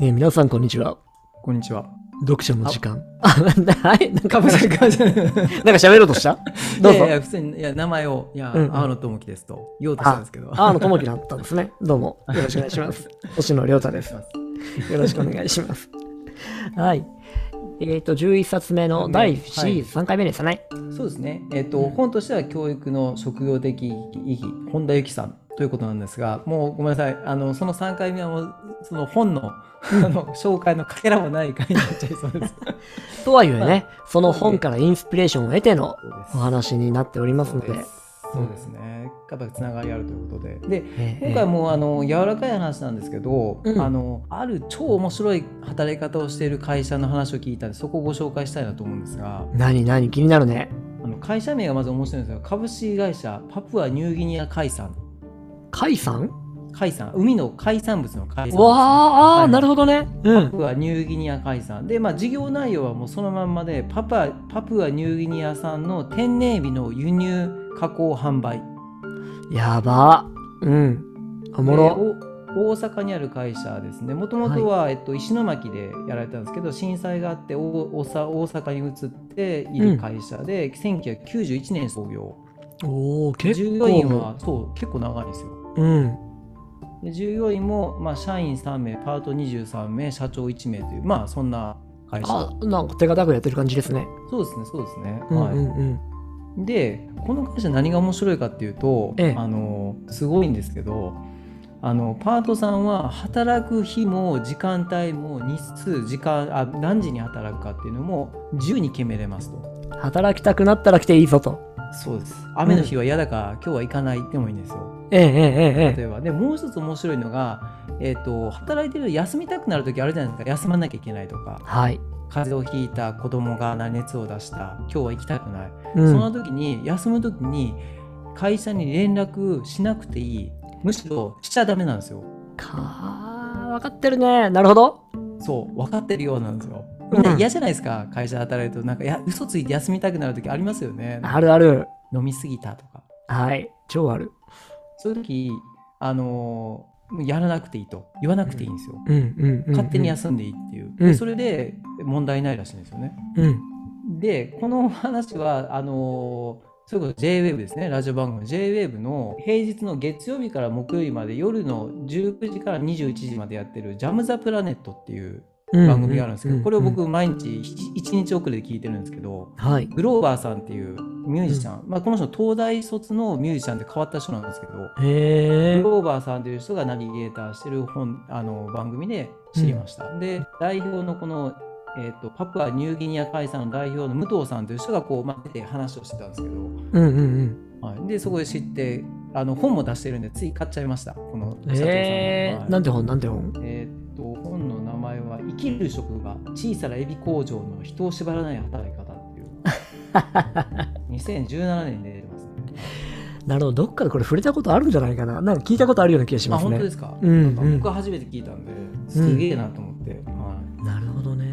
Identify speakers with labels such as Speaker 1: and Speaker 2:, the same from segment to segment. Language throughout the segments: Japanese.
Speaker 1: ねえ皆さんこんにちは。
Speaker 2: こんにちは。
Speaker 1: 読書の時間。あ、なはい。なん
Speaker 2: か
Speaker 1: か、
Speaker 2: ぶ
Speaker 1: なん
Speaker 2: せかぶせ。
Speaker 1: か喋ろうとしたどう
Speaker 2: い
Speaker 1: ぞ
Speaker 2: やい。や、普通に、いや、名前を、いや、
Speaker 1: うんうん
Speaker 2: 青野智樹ですと言おうとしたんですけど。
Speaker 1: あーのともきだったんですね。どう も。よろしくお願いします。星野亮太です。よろしくお願いします。はい。えっ、と、11冊目の第
Speaker 2: は
Speaker 1: シ
Speaker 2: い
Speaker 1: ーズン3回目ですね。
Speaker 2: そうですね。えっ、と、本としては教育の職業的意義、本田由紀さんということなんですが、もうごめんなさい。あの、その3回目はもう、その本の、あの、紹介のかけらもない回になっちゃいそうです。
Speaker 1: とはいえね、
Speaker 2: はい
Speaker 1: その本からインスピレーションを得ての
Speaker 2: そうです
Speaker 1: お話になっておりますので。
Speaker 2: そうですそうですね。やっぱつながりあるということで。で、
Speaker 1: ええ
Speaker 2: 今回もあの柔らかい話なんですけど、
Speaker 1: うん
Speaker 2: あのある超面白い働き方をしている会社の話を聞いたんでそこをご紹介したいなと思うんですが
Speaker 1: 何何気になるね。
Speaker 2: あの会社名がまず面白いんですが株式会社パプアニューギニア海産
Speaker 1: 海さん
Speaker 2: 海産海の海産物の海産
Speaker 1: わあ、あー
Speaker 2: はい
Speaker 1: なるほどね。うん。
Speaker 2: パプアニューギニア海産で、まあ、事業内容はもうそのまんまでパパパプアニューギニア産の天然エビの輸入加工販売
Speaker 1: やば。うん。おも
Speaker 2: えー
Speaker 1: ろ。
Speaker 2: お大阪にある会社ですねもともとは、えっと、石巻でやられたんですけど震災があっておおさ大阪に移っている会社で、1991年創業
Speaker 1: おお結構。
Speaker 2: 従業員はそう結構長いんですよ
Speaker 1: うん。
Speaker 2: で従業員も、まあ、社員3名パート23名社長1名というまあそんな会社
Speaker 1: あ、なんか手堅くやってる感じですね。
Speaker 2: そうですねそうですね、
Speaker 1: うん
Speaker 2: は
Speaker 1: うんうん。
Speaker 2: い、でこの会社何が面白いかっていうと、
Speaker 1: ええ
Speaker 2: あのすごいんですけどあのパートさんは働く日も時間帯も日数時間あ何時に働くかっていうのも自由に決めれますと
Speaker 1: 働きたくなったら来ていいぞと。
Speaker 2: そうです雨の日は嫌だから、今日は行かないでもいいんですよ
Speaker 1: えええええ
Speaker 2: 例えばでもう一つ面白いのが、えっと働いてる休みたくなる時あるじゃないですか休まなきゃいけないとか
Speaker 1: はい。
Speaker 2: 風邪をひいた子供が熱を出した今日は行きたくない
Speaker 1: うん、
Speaker 2: その時に休む時に会社に連絡しなくていいむしろしちゃダメなんですよ
Speaker 1: かー分かってるね。なるほど。
Speaker 2: そう分かってるようなんですよ
Speaker 1: うん
Speaker 2: みんな嫌じゃないですか会社で働いてるとなんかいや嘘ついて休みたくなる時ありますよね
Speaker 1: あるある。
Speaker 2: 飲みすぎたとか
Speaker 1: はい。超ある。
Speaker 2: そういう時あのーもうやらなくていいと言わなくていいんですよ、
Speaker 1: うんうんうん、うん。
Speaker 2: 勝手に休んでいいっていう、
Speaker 1: うん
Speaker 2: でそれで問題ないらしいんですよね
Speaker 1: うん。
Speaker 2: でこの話はあのーそれこそ JWAVE ですねラジオ番組 JWAVE の平日の月曜日から木曜日まで夜の19時から21時までやってる「ジャム・ザ・プラネット」っていう
Speaker 1: うん。
Speaker 2: 番組があるんですけ
Speaker 1: う
Speaker 2: ど、
Speaker 1: う
Speaker 2: これを。僕毎日1日遅れで聞いてるんですけど
Speaker 1: はい。
Speaker 2: グローバーさんっていうミュージシャン、まあ、この人東大卒のミュージシャンで変わった人なんですけど、
Speaker 1: へえ
Speaker 2: グ。ローバーさんという人がナビゲーターしてる本あの番組で知りました。で代表のこの、えー、とパプアニューギニア会社の代表の武藤さんという人がこう待って話をしてたんですけど、
Speaker 1: うんうんうん。
Speaker 2: はい、でそこで知ってあの本も出してるんでつい買っちゃいましたこの社長さんの。
Speaker 1: え
Speaker 2: は
Speaker 1: ー、
Speaker 2: い
Speaker 1: なんて本なんて本
Speaker 2: えーっと本の名前は「生きる職場小さなエビ工場の人を縛らない働き方」っていう 2017年で出てますね。
Speaker 1: なるほど。どっかでこれ触れたことあるんじゃないかな。なんか聞いたことあるような気がし
Speaker 2: あ
Speaker 1: ます
Speaker 2: 本当
Speaker 1: ね
Speaker 2: で。すか,、
Speaker 1: うん
Speaker 2: か僕は初めて聞いたんですげえなと思って。はい
Speaker 1: なるほどね。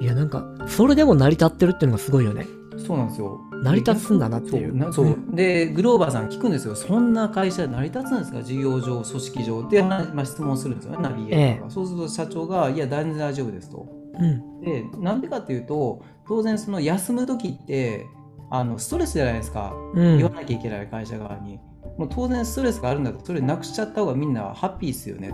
Speaker 1: いや、なんか、それでも成り立ってるっていうのがすごいよね。
Speaker 2: そうなんですよ。
Speaker 1: 成り立つんだなっていう
Speaker 2: そなそうでグローバーさん聞くんですよ。そんな会社成り立つんですか事業上組織上って話まあ質問するんですよねナビゲーターが、そうすると社長がいや全然大丈夫ですと。
Speaker 1: うん。
Speaker 2: でなんでかっていうと当然その休む時ってあのストレスじゃないですか。
Speaker 1: うん。
Speaker 2: 言わなきゃいけない会社側に。もう当然ストレスがあるんだとそれなくしちゃった方がみんなハッピーですよね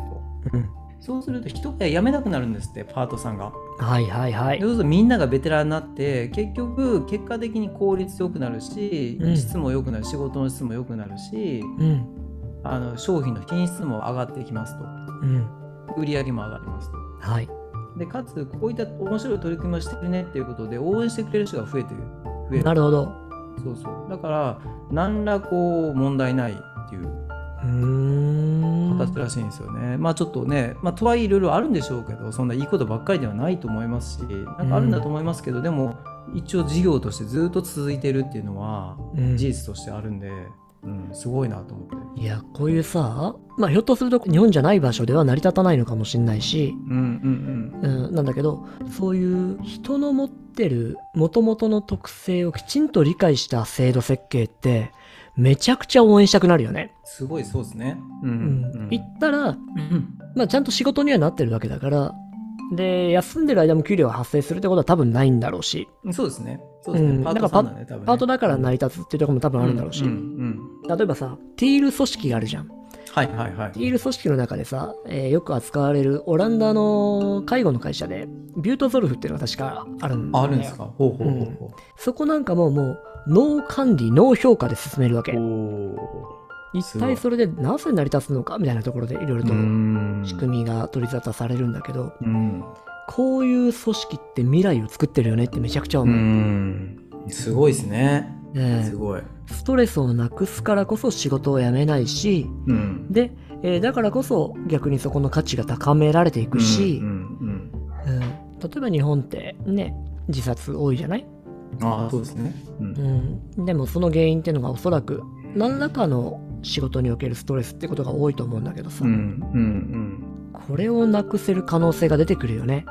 Speaker 2: と。
Speaker 1: うん
Speaker 2: そうすると人が辞めなくなるんですってパートさんが。
Speaker 1: はいはいはい
Speaker 2: で。そうするとみんながベテランになって結局結果的に効率よくなるし、
Speaker 1: うん
Speaker 2: 質も良くなる仕事の質も良くなるし
Speaker 1: うん。
Speaker 2: あの商品の品質も上がってきますと
Speaker 1: うん。
Speaker 2: 売り上げも上がりますと
Speaker 1: はい。
Speaker 2: でかつこういった面白い取り組みをしてるねっていうことで応援してくれる人が増えてる増える
Speaker 1: なるほど。
Speaker 2: そうそうだから何らこう問題ないっていう
Speaker 1: うーん。
Speaker 2: 形らしいんですよね、まあちょっとね、まあ、とはいえいろいろあるんでしょうけどそんないいことばっかりではないと思いますしなんかあるんだと思いますけど、でも一応事業としてずっと続いてるっていうのは
Speaker 1: うん
Speaker 2: 事実としてあるんで、うん、すごいなと思って。
Speaker 1: いや、こういうさ、まあ、ひょっとすると日本じゃない場所では成り立たないのかもしれないし、
Speaker 2: うんうん
Speaker 1: うん、なんだけど、そういう人の持ってる元々の特性をきちんと理解した制度設計って、めちゃくちゃ応援したくなるよね。
Speaker 2: すごいそうですね。う
Speaker 1: うんん。言ったら、
Speaker 2: うん
Speaker 1: まあ、ちゃんと仕事にはなってるわけだから、で、休んでる間も給料が発生するってことは多分ないんだろうし、
Speaker 2: そうですね。そうですね。
Speaker 1: うん
Speaker 2: パートさんだね、多分ね。
Speaker 1: パートだから
Speaker 2: い
Speaker 1: 成り立つっていうところも多分あるんだろうし、
Speaker 2: うんうん
Speaker 1: 例えばさ、ティール組織があるじゃん。
Speaker 2: はいはいはい
Speaker 1: テ。ィール組織の中でさ、えーよく扱われるオランダの介護の会社で、ビュートゾルフっていうのが確かあるんだ
Speaker 2: あ
Speaker 1: よ
Speaker 2: あるんですか。ほうほうほうほ
Speaker 1: そこなんかももう、脳管理、脳評価で進めるわけ
Speaker 2: う。。お
Speaker 1: 一
Speaker 2: すご
Speaker 1: 体
Speaker 2: い
Speaker 1: それでなぜ成り立つのかみたいなところでいろいろと
Speaker 2: ん
Speaker 1: 仕組みが取り沙汰されるんだけど、
Speaker 2: うん。
Speaker 1: こういう組織って未来を作ってるよねってめちゃくちゃ
Speaker 2: う
Speaker 1: 思う。
Speaker 2: ん。すごいですね。
Speaker 1: ええ
Speaker 2: すごい。
Speaker 1: ストレスをなくすからこそ仕事を辞めないし、
Speaker 2: うん。
Speaker 1: で、えーだからこそ逆にそこの価値が高められていくし、
Speaker 2: うんうん
Speaker 1: うん例えば日本ってね、自殺多いじゃない、
Speaker 2: うんああ、そうですね。うん
Speaker 1: うん、でもその原因っていうのがおそらく何らかの仕事におけるストレスってことが多いと思うんだけどさ、
Speaker 2: うんうん
Speaker 1: これをなくせる可能性が出てくるよね。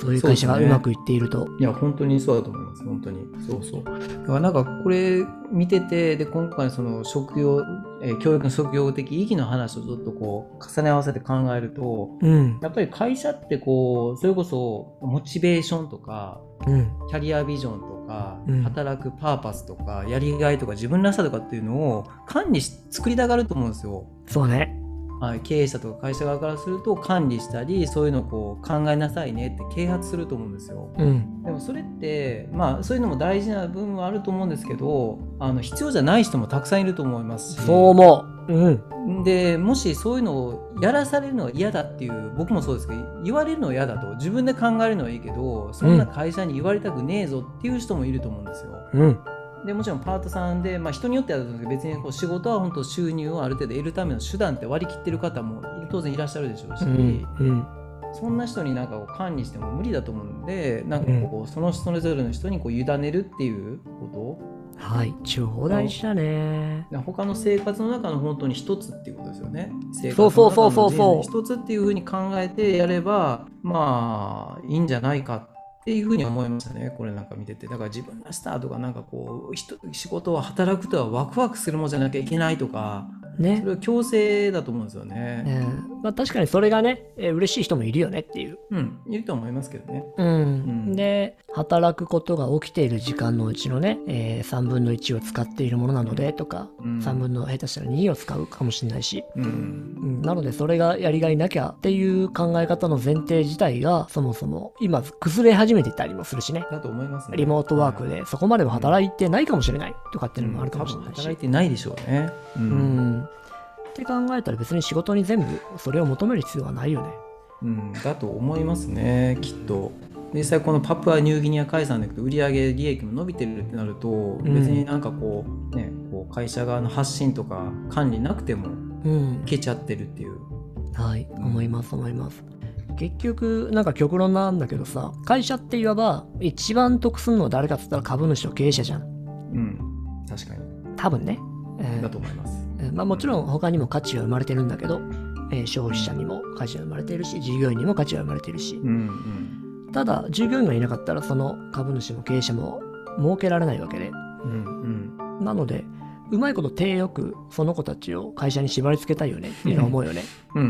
Speaker 1: そういう会社が
Speaker 2: そう
Speaker 1: う
Speaker 2: ですね
Speaker 1: まくいっていると。
Speaker 2: うん。いや、本当にそうだと思います。本当に。そうそう。だからなんか、これ見てて、で、今回その職業、えー教育の職業的意義の話をちょっとこう、重ね合わせて考えると、
Speaker 1: うん。
Speaker 2: やっぱり会社ってこう、それこそ、モチベーションとか、
Speaker 1: うん。
Speaker 2: キャリアビジョンとか、
Speaker 1: うん
Speaker 2: 働くパーパスとか、やりがいとか、自分らしさとかっていうのを管理し、作りたがると思うんですよ。
Speaker 1: そうね。
Speaker 2: はい、経営者とか会社側からすると管理したりそういうのをこう考えなさいねって啓発すると思うんですよ
Speaker 1: うん。
Speaker 2: でもそれってまあそういうのも大事な部分はあると思うんですけどあの必要じゃない人もたくさんいると思いますし
Speaker 1: そう思う。うん。
Speaker 2: でもしそういうのをやらされるのは嫌だっていう僕もそうですけど言われるのは嫌だと自分で考えるのはいいけどそんな会社に言われたくねえぞっていう人もいると思うんですよ。
Speaker 1: うん。
Speaker 2: でもちろんパートさんで、まあ、人によってはあると思うんですけど別にこう仕事は本当収入をある程度得るための手段って割り切ってる方も当然いらっしゃるでしょうし、
Speaker 1: うん。うん。
Speaker 2: そんな人になんかこう管理しても無理だと思うんでなんかこうその人それぞれの人にこう委ねるっていうこ
Speaker 1: はい。超大事だね。
Speaker 2: と他の生活の中の本当に一つっていうことですよね生活
Speaker 1: そ
Speaker 2: の
Speaker 1: うそうそう
Speaker 2: 中
Speaker 1: そ
Speaker 2: の
Speaker 1: うそう
Speaker 2: 人生の一つっていうふうに考えてやればまあいいんじゃないかっていうふうに思いましたねこれなんか見ててだから自分らしさとかなんかこう人仕事は働くとはワクワクするものじゃなきゃいけないとかそ
Speaker 1: ね
Speaker 2: れ。は強制だと思うんですよ
Speaker 1: う
Speaker 2: ね、
Speaker 1: ん。まあ確かにそれがね、えー嬉しい人もいるよねっていう。
Speaker 2: うん、いると思いますけどね
Speaker 1: うん。
Speaker 2: ん
Speaker 1: で、働くことが起きている時間のうちのね、え3分の1を使っているものなのでとか、
Speaker 2: うん
Speaker 1: 3分の下手したら2を使うかもしれないし、
Speaker 2: うん
Speaker 1: うんなのでそれがやりがいなきゃっていう考え方の前提自体がそもそも今崩れ始めていたりもするしね
Speaker 2: だと思いますね
Speaker 1: リモートワークでそこまでは働いてないかもしれないとかっていうのもあるかもしれ
Speaker 2: 多
Speaker 1: な
Speaker 2: 分
Speaker 1: い
Speaker 2: 働い
Speaker 1: して
Speaker 2: ないでしょうね。う
Speaker 1: う。んって考えたら別に仕事に全部それを求める必要はないよね
Speaker 2: うんだと思いますね、きっと。実際このパプアニューギニア解散だけど売上利益も伸びてるってなると
Speaker 1: ん
Speaker 2: 別になんかこう、ねこう会社側の発信とか管理なくても
Speaker 1: うん
Speaker 2: いけちゃってるっていう。
Speaker 1: はい思います思います結局なんか極論なんだけどさ会社っていわば一番得するのは誰かっつったら株主と経営者じゃん
Speaker 2: うん、確かに
Speaker 1: 多分ね、えー
Speaker 2: だと思います。
Speaker 1: えーまあ、もちろん他にも価値は生まれてるんだけど、えー消費者にも価値は生まれてるし従業員にも価値は生まれてるし
Speaker 2: うん
Speaker 1: ただ従業員がいなかったらその株主も経営者も儲けられないわけで
Speaker 2: うんうん
Speaker 1: なのでうまいこと手よくその子たちを会社に縛り付けたいよねっていうのは思うよね。
Speaker 2: うんう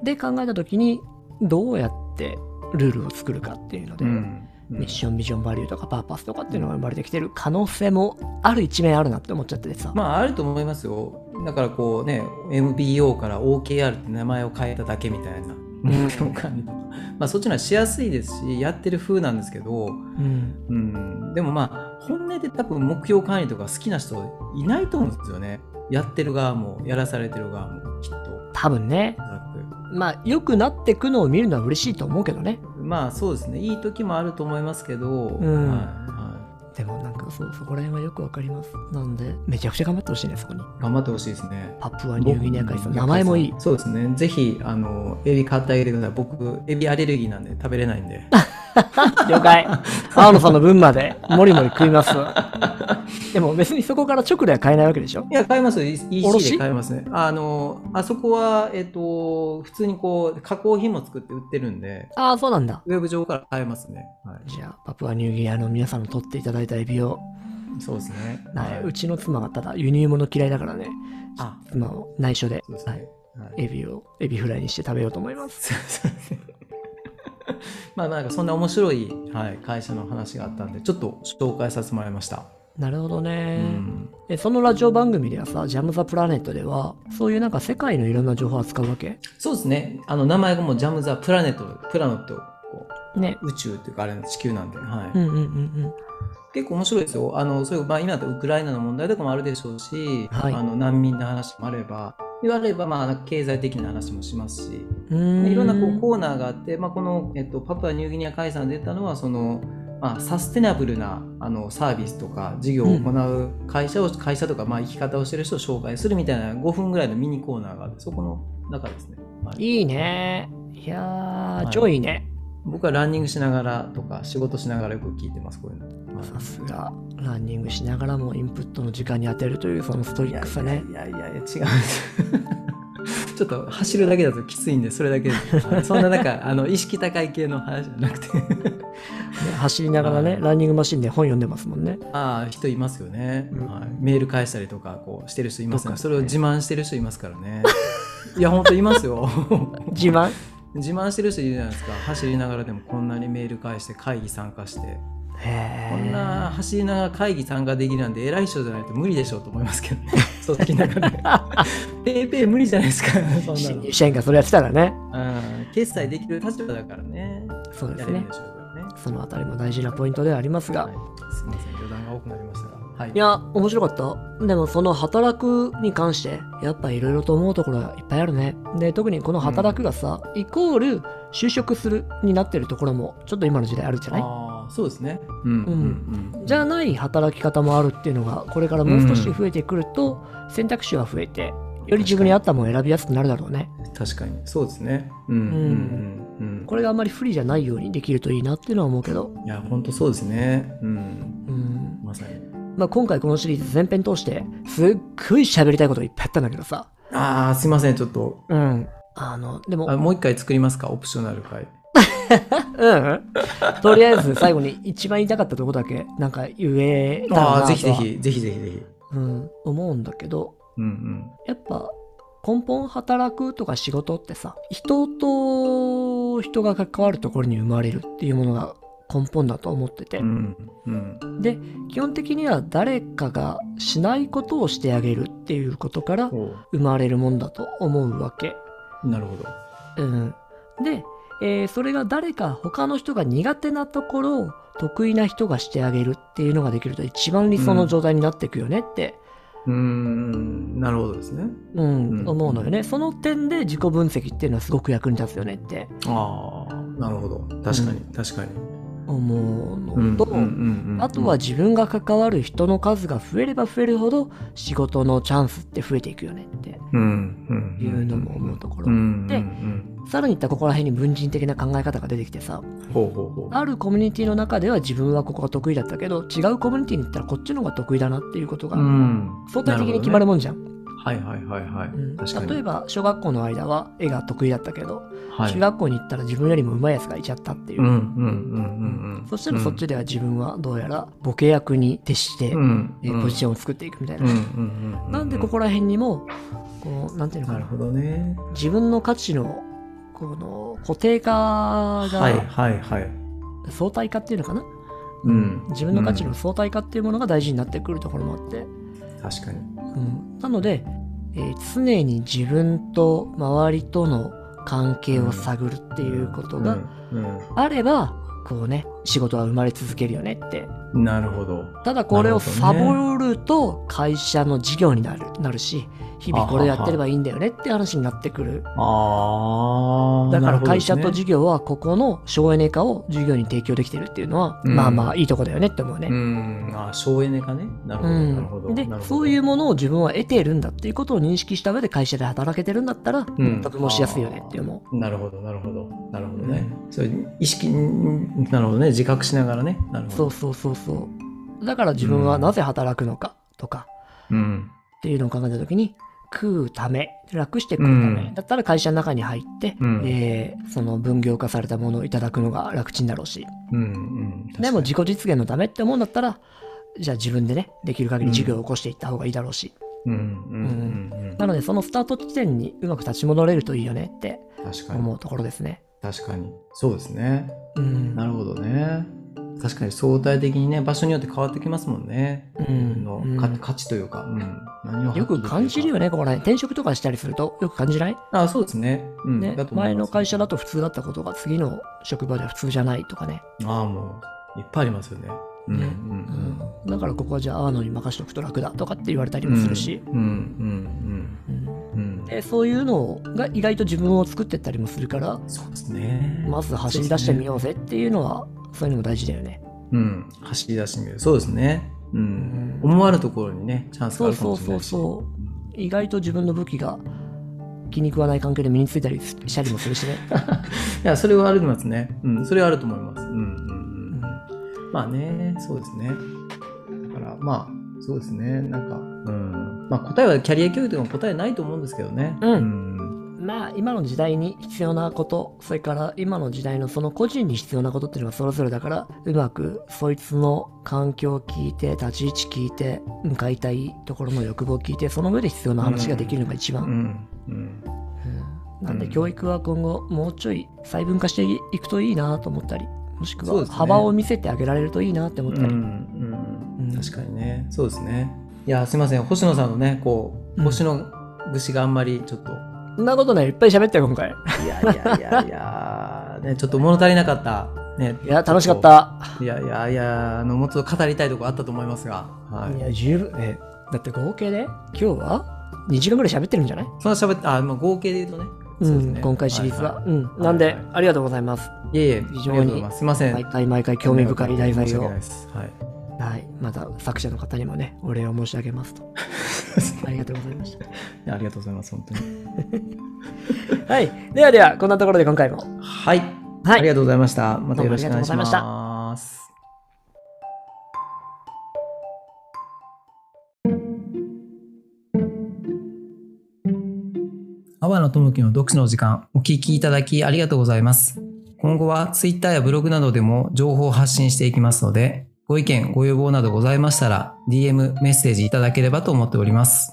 Speaker 2: ん
Speaker 1: で考えた時にどうやってルールを作るかっていうので、
Speaker 2: うんうんうん
Speaker 1: ミッションビジョンバリューとかパーパスとかっていうのが生まれてきてる可能性もある一面あるなって思っちゃっててさ。
Speaker 2: まああると思いますよ。だからこうね MBO から OKR って名前を変えただけみたいな目標 管理とか、まあそっちのはしやすいですしやってる風なんですけど、
Speaker 1: うん、
Speaker 2: うん、でもまあ本音で多分目標管理とか好きな人いないと思うんですよね。やってる側もやらされてる側もきっと。
Speaker 1: 多分ね
Speaker 2: おそらく
Speaker 1: まあ良くなってくのを見るのは嬉しいと思うけどね
Speaker 2: まあそうですねいい時もあると思いますけど、
Speaker 1: ん
Speaker 2: はいは
Speaker 1: でもなんかそうそこら辺はよくわかりますなんでめちゃくちゃ頑張ってほしいねそこに
Speaker 2: い頑張ってほしいですね。
Speaker 1: パプアニューギニア海さん名前もいい
Speaker 2: そうですねぜひあのエビ買ってあげてください僕エビアレルギーなんで食べれない んで
Speaker 1: 了解 青野さんの分までもりもり食いますでも別にそこから直では買えないわけでしょ
Speaker 2: いや買いますよ E-
Speaker 1: おろ
Speaker 2: EC
Speaker 1: し
Speaker 2: で買いますねあのあそこはえっと普通にこう加工品も作って売ってるんで
Speaker 1: ああそうなんだ
Speaker 2: ウェブ上から買えますね、は
Speaker 1: じゃあパプアニューギニアの皆さんの取っていただいたエビを、
Speaker 2: い、そうですね
Speaker 1: はい
Speaker 2: は
Speaker 1: う
Speaker 2: い
Speaker 1: ちの妻がただ輸入物嫌いだからね
Speaker 2: あ
Speaker 1: 妻を内緒で
Speaker 2: そうです
Speaker 1: はい
Speaker 2: ね、はい
Speaker 1: エビをエビフライにして食べようと思います
Speaker 2: そうですねまあなんかそんな面白い、はい、会社の話があったんでちょっと紹介させてもらいました。
Speaker 1: なるほど
Speaker 2: う
Speaker 1: ね、
Speaker 2: ん
Speaker 1: えそのラジオ番組ではさ「ジャム・ザ・プラネット」ではそういうなんか世界のいろんな情報を扱うわけ
Speaker 2: そうですね。あの名前がもうジャム・ザ・プラネット、プラノット、こ
Speaker 1: ね
Speaker 2: う宇宙というかあれの地球なんで、はい
Speaker 1: うんうんうんうん
Speaker 2: 結構面白いですよ。あのそういう、まあ、今だとウクライナの問題とかもあるでしょうし、
Speaker 1: はい
Speaker 2: あの難民の話もあれば、であれば、まあ、経済的な話もしますし、
Speaker 1: うーん
Speaker 2: いろんなこうコーナーがあって、まあ、この、えっと、パプアニューギニア海産で出たのはその、まあ、サステナブルなあのサービスとか事業を行う会社を、会社とか、まあ、生き方をしてる人を紹介するみたいな5分ぐらいのミニコーナーがあってそこの中ですね、はい、
Speaker 1: いいねいやー、
Speaker 2: はい
Speaker 1: 超いいね
Speaker 2: 僕はランニングしながらとか仕事しながらよく聞いてますこういうの、はい
Speaker 1: さすがランニングしながらもインプットの時間に充てるというそのストイックさね
Speaker 2: いやいやいや違うんです ちょっと走るだけだときついんでそれだけ ですそんな中あの意識高い系の話じゃなくて
Speaker 1: ね走りながらね、
Speaker 2: はい
Speaker 1: ランニングマシンで本読んでますもん ね
Speaker 2: ああ人いますよね、
Speaker 1: うん
Speaker 2: はい、メール返したりとかこうしてる人いますから、
Speaker 1: とかね
Speaker 2: それを自慢してる人いますからねいや本当いますよ
Speaker 1: 自慢
Speaker 2: 自慢してる人いるじゃないですか走りながらでもこんなにメール返して会議参加して
Speaker 1: へ
Speaker 2: こんな
Speaker 1: ー
Speaker 2: 走りながら会議参加できるなんて偉い人じゃないと無理でしょうと思いますけど ねそっちの中でペーペー無理じゃないですかそんな
Speaker 1: 新
Speaker 2: の
Speaker 1: 入社員がそれやってたらね
Speaker 2: うん決済できる立場だからね
Speaker 1: そうで
Speaker 2: や
Speaker 1: す
Speaker 2: れ
Speaker 1: ね
Speaker 2: るでしょうからね
Speaker 1: そのあたりも大事なポイントではありますが、
Speaker 2: はい、すみません余談が多くなりましたがはい
Speaker 1: いや、面白かった。でもその働くに関して、やっぱいろいろと思うところがいっぱいあるね。で、特にこの働くがさ、イコール就職するになってるところも、ちょっと今の時代あるじゃない
Speaker 2: ああそうですねうん
Speaker 1: うん
Speaker 2: うん
Speaker 1: じゃない働き方もあるっていうのが、これからもう少し増えてくると、選択肢は増えて、より自分に合ったものを選びやすくなるだろうね。
Speaker 2: 確かにそうですねうんうんうんうん
Speaker 1: これがあんまり不利じゃないようにできるといいなっていうのは思うけど、
Speaker 2: いや本当そうですねうん
Speaker 1: うん。
Speaker 2: まさに
Speaker 1: まあ今回このシリーズ全編通して、すっごい喋りたいこといっぱいあったんだけどさ。
Speaker 2: ああすいませんちょっと
Speaker 1: うん。あの、でも
Speaker 2: あ、もう一回作りますかオプショナル回
Speaker 1: うん。とりあえず最後に一番言いたかったとこだけなんか言えたらな
Speaker 2: あ
Speaker 1: と
Speaker 2: あ
Speaker 1: は
Speaker 2: ぜひぜ、ひぜひぜひぜひ
Speaker 1: うん、思うんだけど
Speaker 2: うんうん
Speaker 1: やっぱ根本働くとか仕事ってさ人と人が関わるところに生まれるっていうものが根本だと思ってて、
Speaker 2: うんうん
Speaker 1: で基本的には誰かがしないことをしてあげるっていうことから
Speaker 2: お
Speaker 1: 生まれるもんだと思うわけ。
Speaker 2: うなるほど
Speaker 1: うん、で、えーそれが誰か他の人が苦手なところを得意な人がしてあげるっていうのができると一番理想の状態になっていくよねって、
Speaker 2: うーんなるほどですね
Speaker 1: うん
Speaker 2: うん
Speaker 1: 思うのよねその点で自己分析っていうのはすごく役に立つよねって
Speaker 2: ああなるほど確かに確かに
Speaker 1: 思う
Speaker 2: うん
Speaker 1: のと、
Speaker 2: うんうん
Speaker 1: あとは自分が関わる人の数が増えれば増えるほど仕事のチャンスって増えていくよねって
Speaker 2: うんうん
Speaker 1: いうのも思うところ、
Speaker 2: うん
Speaker 1: で
Speaker 2: うん
Speaker 1: さらに言ったらここら辺に文人的な考え方が出てきてさ、
Speaker 2: うんほうほうほう
Speaker 1: あるコミュニティの中では自分はここが得意だったけど違うコミュニティに行ったらこっちの方が得意だなっていうことが
Speaker 2: うん
Speaker 1: 相対的に決まるもんじゃん、
Speaker 2: はいはいはいはい、
Speaker 1: うん
Speaker 2: 確かに
Speaker 1: 例えば小学校の間は絵が得意だったけど、
Speaker 2: はい
Speaker 1: 中学校に行ったら自分よりも上手いやつがいちゃったっていう、
Speaker 2: うんうんうんうんうん
Speaker 1: そしたらそっちでは自分はどうやらボケ役に徹して、
Speaker 2: うん
Speaker 1: えーポジシ
Speaker 2: ョ
Speaker 1: ョンを作っていくみたいな、
Speaker 2: うんうんうんうん、
Speaker 1: なんでここら辺にもこうなんていうのか
Speaker 2: な
Speaker 1: な
Speaker 2: るほどね
Speaker 1: 自分の価値のこの固定化が、
Speaker 2: はいはいはい、
Speaker 1: 相対化っていうのかな、
Speaker 2: うん、
Speaker 1: 自分の価値
Speaker 2: う
Speaker 1: の
Speaker 2: ん
Speaker 1: 相対化っていうものが大事になってくるところもあって、
Speaker 2: 確かに
Speaker 1: うん、なので、えー常に自分と周りとの関係を探るっていうことが
Speaker 2: うん
Speaker 1: あれば、こうね仕事は生まれ続けるよねって
Speaker 2: うんなるほど
Speaker 1: ただこれをサ
Speaker 2: なる
Speaker 1: ボ
Speaker 2: ほ
Speaker 1: ると会社の事業になるなるし日々これやってればいいんだよねって話になってくる
Speaker 2: ああ
Speaker 1: だから会社と
Speaker 2: 業、
Speaker 1: 事業はここの省エネ化を事業に提供できてるっていうのは、
Speaker 2: うん
Speaker 1: まあまあいいとこだよねって思うね。
Speaker 2: うんあー省エネかねなるほど、なるほ
Speaker 1: う
Speaker 2: ど
Speaker 1: ん、で
Speaker 2: なるほど
Speaker 1: そういうものを自分は得ているんだっていうことを認識した上で会社で働けてるんだったら
Speaker 2: うん
Speaker 1: 納得もしやすいよねって思
Speaker 2: なるほどなるほどなるほどね、そういう意識うんなるほどね自覚しながらねなる
Speaker 1: う、
Speaker 2: ほ
Speaker 1: そ
Speaker 2: ど
Speaker 1: うそうそうそうだから自分はなぜ働くのかとか
Speaker 2: う、うん、
Speaker 1: っていうのを考えた時に食うため楽して食うため、
Speaker 2: うん
Speaker 1: だったら会社の中に入って、
Speaker 2: うん
Speaker 1: えーその分業化されたものをいただくのが楽ちんだろうし
Speaker 2: うんうん確かに
Speaker 1: でも自己実現のためって思うんだったらじゃあ自分でねできる限り事業を起こしていった方がいいだろうし、
Speaker 2: うんうんうんうん
Speaker 1: なのでそのスタート地点にうまく立ち戻れるといいよねって
Speaker 2: 確かに
Speaker 1: 思うところですね。
Speaker 2: 確かに。そうですね。
Speaker 1: うん
Speaker 2: なるほどね。確かに相対的にね、場所によって変わってきますもんね。
Speaker 1: うん
Speaker 2: の
Speaker 1: うん
Speaker 2: 価価値というか、うん。何を発揮
Speaker 1: よく感じるよ
Speaker 2: ね。
Speaker 1: ね、ここら辺。転職とかしたりすると、よく感じない、
Speaker 2: あ、そうですね。うん。
Speaker 1: ね
Speaker 2: だと思いま
Speaker 1: 前
Speaker 2: す
Speaker 1: の会社だと普通だったことが、次の職場では普通じゃないとかね。
Speaker 2: ああ、もう、いっぱいありますよね。うん。
Speaker 1: ね
Speaker 2: うん
Speaker 1: うんだからここはじゃあ、アーノに任しとくと楽だとかって言われたり
Speaker 2: うん。
Speaker 1: もするし。
Speaker 2: うん。うん。
Speaker 1: うん
Speaker 2: うん。うん。
Speaker 1: でそういうのが意外と自分を作ってったりもするから、
Speaker 2: そうですね。
Speaker 1: まず走り出してみようぜっていうのは、そういうのも大事だよね。
Speaker 2: うん、走り出してみる。そうですね。うん。
Speaker 1: うん
Speaker 2: 思わぬところにね、チャンスが
Speaker 1: そ
Speaker 2: あ
Speaker 1: う
Speaker 2: るか
Speaker 1: そ
Speaker 2: も
Speaker 1: う
Speaker 2: しれ
Speaker 1: そ
Speaker 2: な
Speaker 1: う
Speaker 2: いし。
Speaker 1: そう。意外と自分の武器が気に食わない関係で身についたりしたりもするしね。
Speaker 2: いや、それはありますね。うん、それはあると思います。うん、うん、
Speaker 1: うん
Speaker 2: うん。まあね、そうですね。だから、まあ、そうですね。なんか、うん。まあ、答えは、キャリア教育でも答えないと思うんですけどね。
Speaker 1: うん
Speaker 2: ん。
Speaker 1: まあ今の時代に必要なことそれから今の時代のその個人に必要なことっていうのはそれぞれだからうまくそいつの環境を聞いて立ち位置聞いて向かいたいところの欲望を聞いてその上で必要な話ができるのが一
Speaker 2: う
Speaker 1: 番、
Speaker 2: ん。うん。
Speaker 1: うんなんで教育は今後もうちょい細分化していくといいなと思ったりもしく
Speaker 2: そう
Speaker 1: は
Speaker 2: ですね
Speaker 1: 幅を見せてあげられるといいなって思
Speaker 2: う
Speaker 1: っ
Speaker 2: ん。う
Speaker 1: たり、
Speaker 2: ん
Speaker 1: うん
Speaker 2: 確かにね。そうですね。いや、すいません。星野さんのね、こう、
Speaker 1: うん
Speaker 2: 星野節があんまりちょっと、
Speaker 1: そんなことないいっぱい喋ったよ今 回
Speaker 2: いやいやいやいや、 ね、ちょっと物足りなかった。ね、
Speaker 1: いや楽しかった、
Speaker 2: いやいやいや、あの、もうちょっと語りたいとこあったと思いますが、はい
Speaker 1: い、。や十分えだって合計で今日は2時間ぐらい喋ってるんじゃない
Speaker 2: その喋って、あ、まあ、合計で言うとね、そうです
Speaker 1: う
Speaker 2: ね
Speaker 1: ん、今回シリーズは。
Speaker 2: い
Speaker 1: うん、なんで、
Speaker 2: はいはい
Speaker 1: ありがとうございます。
Speaker 2: いえいえ、
Speaker 1: 非
Speaker 2: 非
Speaker 1: 常
Speaker 2: 常
Speaker 1: に
Speaker 2: にございます。すいません。
Speaker 1: 毎回毎回興味深い題材
Speaker 2: 申し
Speaker 1: を、
Speaker 2: 訳ない
Speaker 1: は
Speaker 2: ですはい。
Speaker 1: い、また作者の方にもね、お礼を申し上げますと。ありがとうございました。
Speaker 2: いやありがとうございます、本当に。
Speaker 1: はい、ではでは、こんなところで今回も。
Speaker 2: はい。
Speaker 1: はい
Speaker 2: ありがとうございました。またよろしくお願いし
Speaker 1: どうもありがとうござい
Speaker 2: ます。阿波野智樹の読書の時間お聞きいただきありがとうございます今後は Twitter やブログなどでも情報を発信していきますのでご意見ご要望などございましたら DM メッセージいただければと思っております